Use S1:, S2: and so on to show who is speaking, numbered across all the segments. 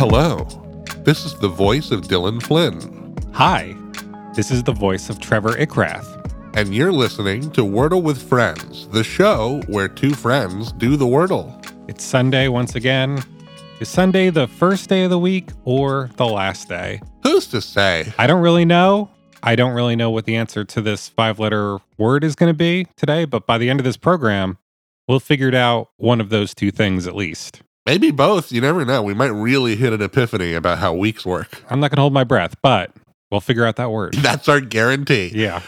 S1: Hello. This is the voice of Dylan Flynn,
S2: Hi, this is the voice of Trevor Ickrath.
S1: and you're listening to Wordle with Friends, the show where two friends do the Wordle.
S2: It's Sunday once again. Is Sunday the first day of the week or the last day?
S1: Who's to say?
S2: I don't really know. I don't really know what the answer to this five letter word is going to be today, but by the end of this program, we'll figure it out one of those two things at least.
S1: Maybe both. You never know. We might really hit an epiphany about how weeks work.
S2: I'm not going to hold my breath, but we'll figure out that word.
S1: That's our guarantee.
S2: Yeah.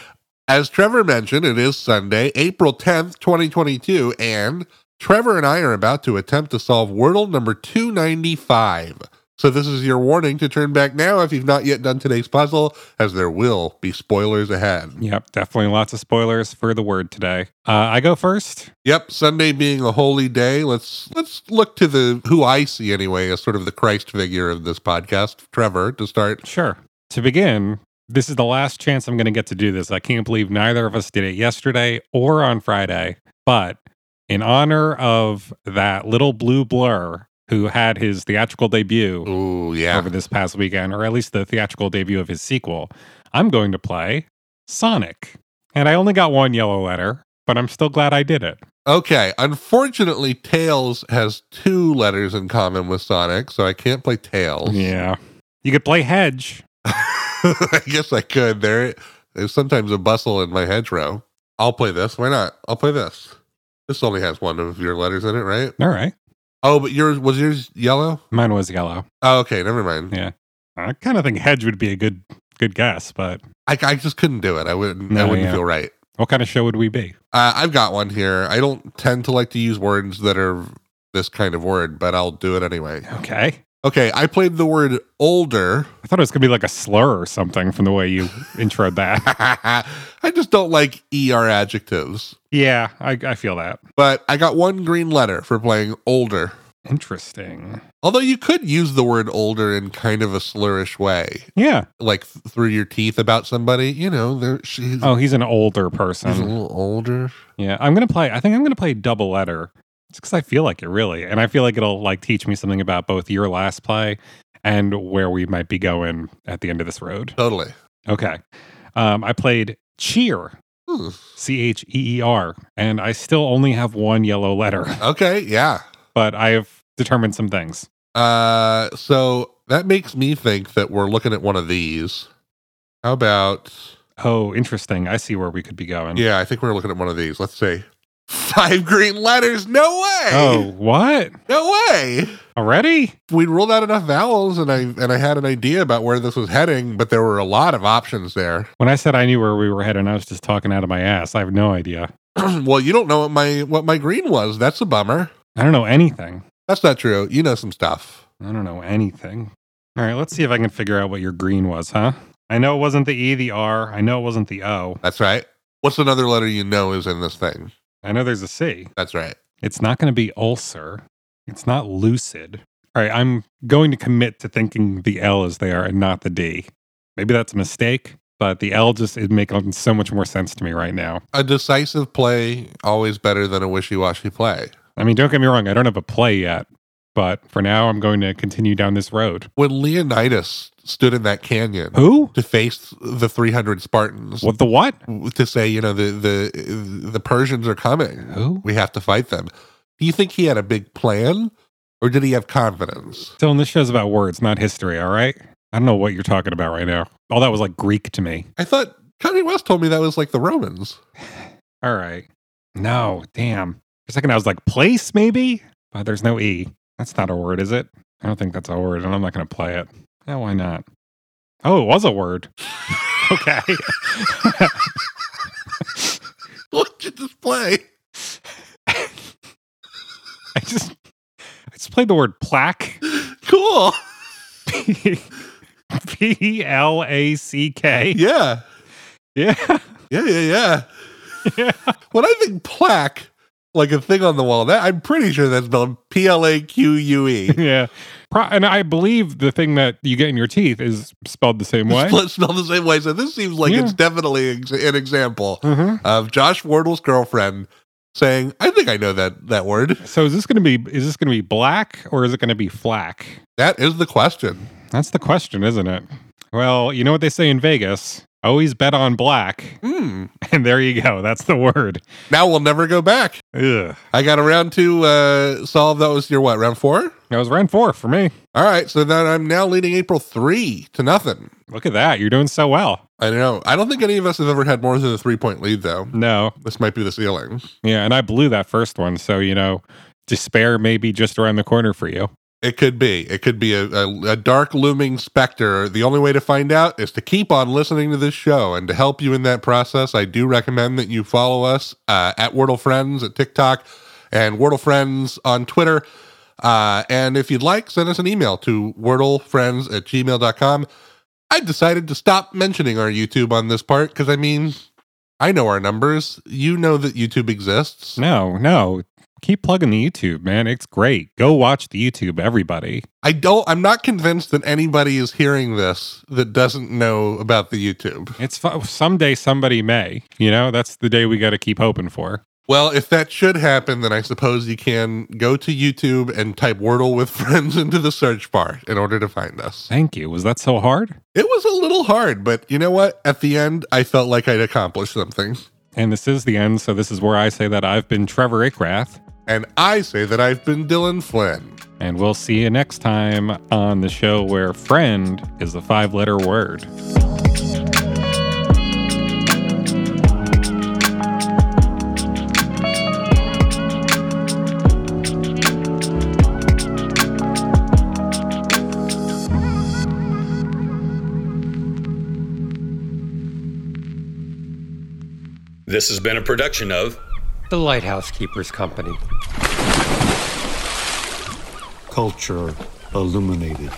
S1: As Trevor mentioned, it is Sunday, April 10th, 2022, and Trevor and I are about to attempt to solve Wordle number 295. So, this is your warning to turn back now if you've not yet done today's puzzle, as there will be spoilers ahead.
S2: Yep. Definitely lots of spoilers for the word today. Uh, I go first.
S1: Yep, Sunday being a holy day, let's let's look to the who I see anyway as sort of the Christ figure of this podcast, Trevor, to start.
S2: Sure. To begin, this is the last chance I'm going to get to do this. I can't believe neither of us did it yesterday or on Friday. But in honor of that little blue blur who had his theatrical debut
S1: Ooh, yeah.
S2: over this past weekend, or at least the theatrical debut of his sequel, I'm going to play Sonic. And I only got one yellow letter, but I'm still glad I did it.
S1: Okay, unfortunately, Tails has two letters in common with Sonic, so I can't play Tails.
S2: Yeah. You could play Hedge.
S1: I guess I could. There, there's sometimes a bustle in my hedgerow. I'll play this. Why not? I'll play this. This only has one of your letters in it, right?
S2: All right.
S1: Oh, but yours was yours yellow.
S2: Mine was yellow.
S1: Oh, okay, never mind.
S2: Yeah. I kind of think Hedge would be a good good guess, but
S1: I, I just couldn't do it. I wouldn't. I
S2: No,
S1: wouldn't
S2: yeah.
S1: feel right.
S2: What kind of show would we be?
S1: Uh, I've got one here. I don't tend to like to use words that are this kind of word, but I'll do it anyway.
S2: Okay.
S1: Okay, I played the word older.
S2: I thought it was going to be like a slur or something from the way you introed that.
S1: I just don't like er adjectives.
S2: Yeah, I, I feel that.
S1: But I got one green letter for playing older.
S2: Interesting.
S1: Although you could use the word older in kind of a slurish way,
S2: Yeah.
S1: like th- through your teeth about somebody. You know, there she's,
S2: Oh, um, he's an older
S1: she's a
S2: person.
S1: little older.
S2: Yeah. I'm going to play, I think I'm going to play double letter. It's because I feel like it really. And I feel like it'll like teach me something about both your last play and where we might be going at the end of this road.
S1: Totally.
S2: Okay. Um, I played cheer,
S1: Hmm.
S2: C H E E R, and I still only have one yellow letter,
S1: Okay. Yeah.
S2: but I have determined some things.
S1: Uh, so that makes me think that we're looking at one of these. How about?
S2: Oh, interesting. I see where we could be going.
S1: Yeah, I think we're looking at one of these. Let's see. Five green letters. No way.
S2: Oh, what?
S1: No way.
S2: Already?
S1: We ruled out enough vowels, and I and I had an idea about where this was heading, but there were a lot of options there.
S2: When I said I knew where we were headed, I was just talking out of my ass. I have no idea.
S1: well, you don't know what my what my green was. That's a bummer.
S2: I don't know anything.
S1: That's not true. You know some stuff.
S2: I don't know anything. All right, let's see if I can figure out what your green was, huh? I know it wasn't the E, the R. I know it wasn't the O.
S1: That's right. What's another letter you know is in this thing?
S2: I know there's a C.
S1: That's right.
S2: It's not going to be ulcer. It's not lucid. All right, I'm going to commit to thinking the L is there and not the D. Maybe that's a mistake, but the L just is making so much more sense to me right now.
S1: A decisive play always better than a wishy-washy play.
S2: I mean, don't get me wrong, I don't have a play yet, but for now, I'm going to continue down this road.
S1: when Leonidas stood in that canyon
S2: Who?
S1: to face the 300 Spartans
S2: What the what?
S1: to say, you know, the the the Persians are coming.
S2: Who?
S1: We have to fight them. Do you think he had a big plan or did he have confidence?
S2: Dylan, this show's about words, not history, all right? I don't know what you're talking about right now. All that was like Greek to me.
S1: I thought Kanye West told me that was like the Romans.
S2: All right. No, damn. For a second, I was like, place maybe? But there's no E. That's not a word, is it? I don't think that's a word, and I'm not going to play it. Yeah, why not? Oh, it was a word. okay.
S1: Look at this play.
S2: I just, I just played the word plaque.
S1: Cool.
S2: P L A C K.
S1: Yeah.
S2: Yeah.
S1: Yeah, yeah, yeah.
S2: Yeah.
S1: When I think plaque, like a thing on the wall, that I'm pretty sure that's spelled P L A Q U E.
S2: Yeah. Pro- and I believe the thing that you get in your teeth is spelled the same way.
S1: Spelled spelled the same way. So this seems like
S2: Yeah.
S1: it's definitely ex- an example.
S2: Mm-hmm.
S1: of Josh Wardle's girlfriend saying, I think I know that that word.
S2: So is this going to be is this going to be black or is it going to be flack?
S1: That is the question.
S2: That's the question, isn't it? Well, you know what they say in Vegas: always bet on black.
S1: Hmm.
S2: And there you go. That's the word.
S1: Now we'll never go back.
S2: Ugh.
S1: I got around to uh, solve that was your what, round four?
S2: That was round four for me.
S1: All right, so then I'm now leading April three to nothing.
S2: Look at that. You're doing so well.
S1: I don't know. I don't think any of us have ever had more than a three point lead though.
S2: No,
S1: This might be the ceiling.
S2: yeah, and I blew that first one, so you know, despair may be just around the corner for you.
S1: It could be. It could be a, a, a dark looming specter. The only way to find out is to keep on listening to this show. And to help you in that process, I do recommend that you follow us uh, at Wordle Friends at TikTok and Wordle Friends on Twitter. Uh, and if you'd like, send us an email to wordlefriends at gmail.com. I decided to stop mentioning our YouTube on this part because, I mean, I know our numbers. You know that YouTube exists.
S2: No, no. Keep plugging the YouTube, man. It's great. Go watch the YouTube, everybody.
S1: I don't. I'm not convinced that anybody is hearing this that doesn't know about the YouTube.
S2: It's fu- someday somebody may. You know, that's the day we got to keep hoping for.
S1: Well, if that should happen, then I suppose you can go to YouTube and type Wordle with friends into the search bar in order to find us.
S2: Thank you. Was that so hard?
S1: It was a little hard, but you know what? At the end, I felt like I'd accomplished something.
S2: And this is the end, so this is where I say that I've been Trevor Ickrath,
S1: And I say that I've been Dylan Flynn.
S2: and we'll see you next time on the show where friend is a five letter word.
S3: This has been a production of
S4: The Lighthouse Keepers Company.
S5: culture illuminated.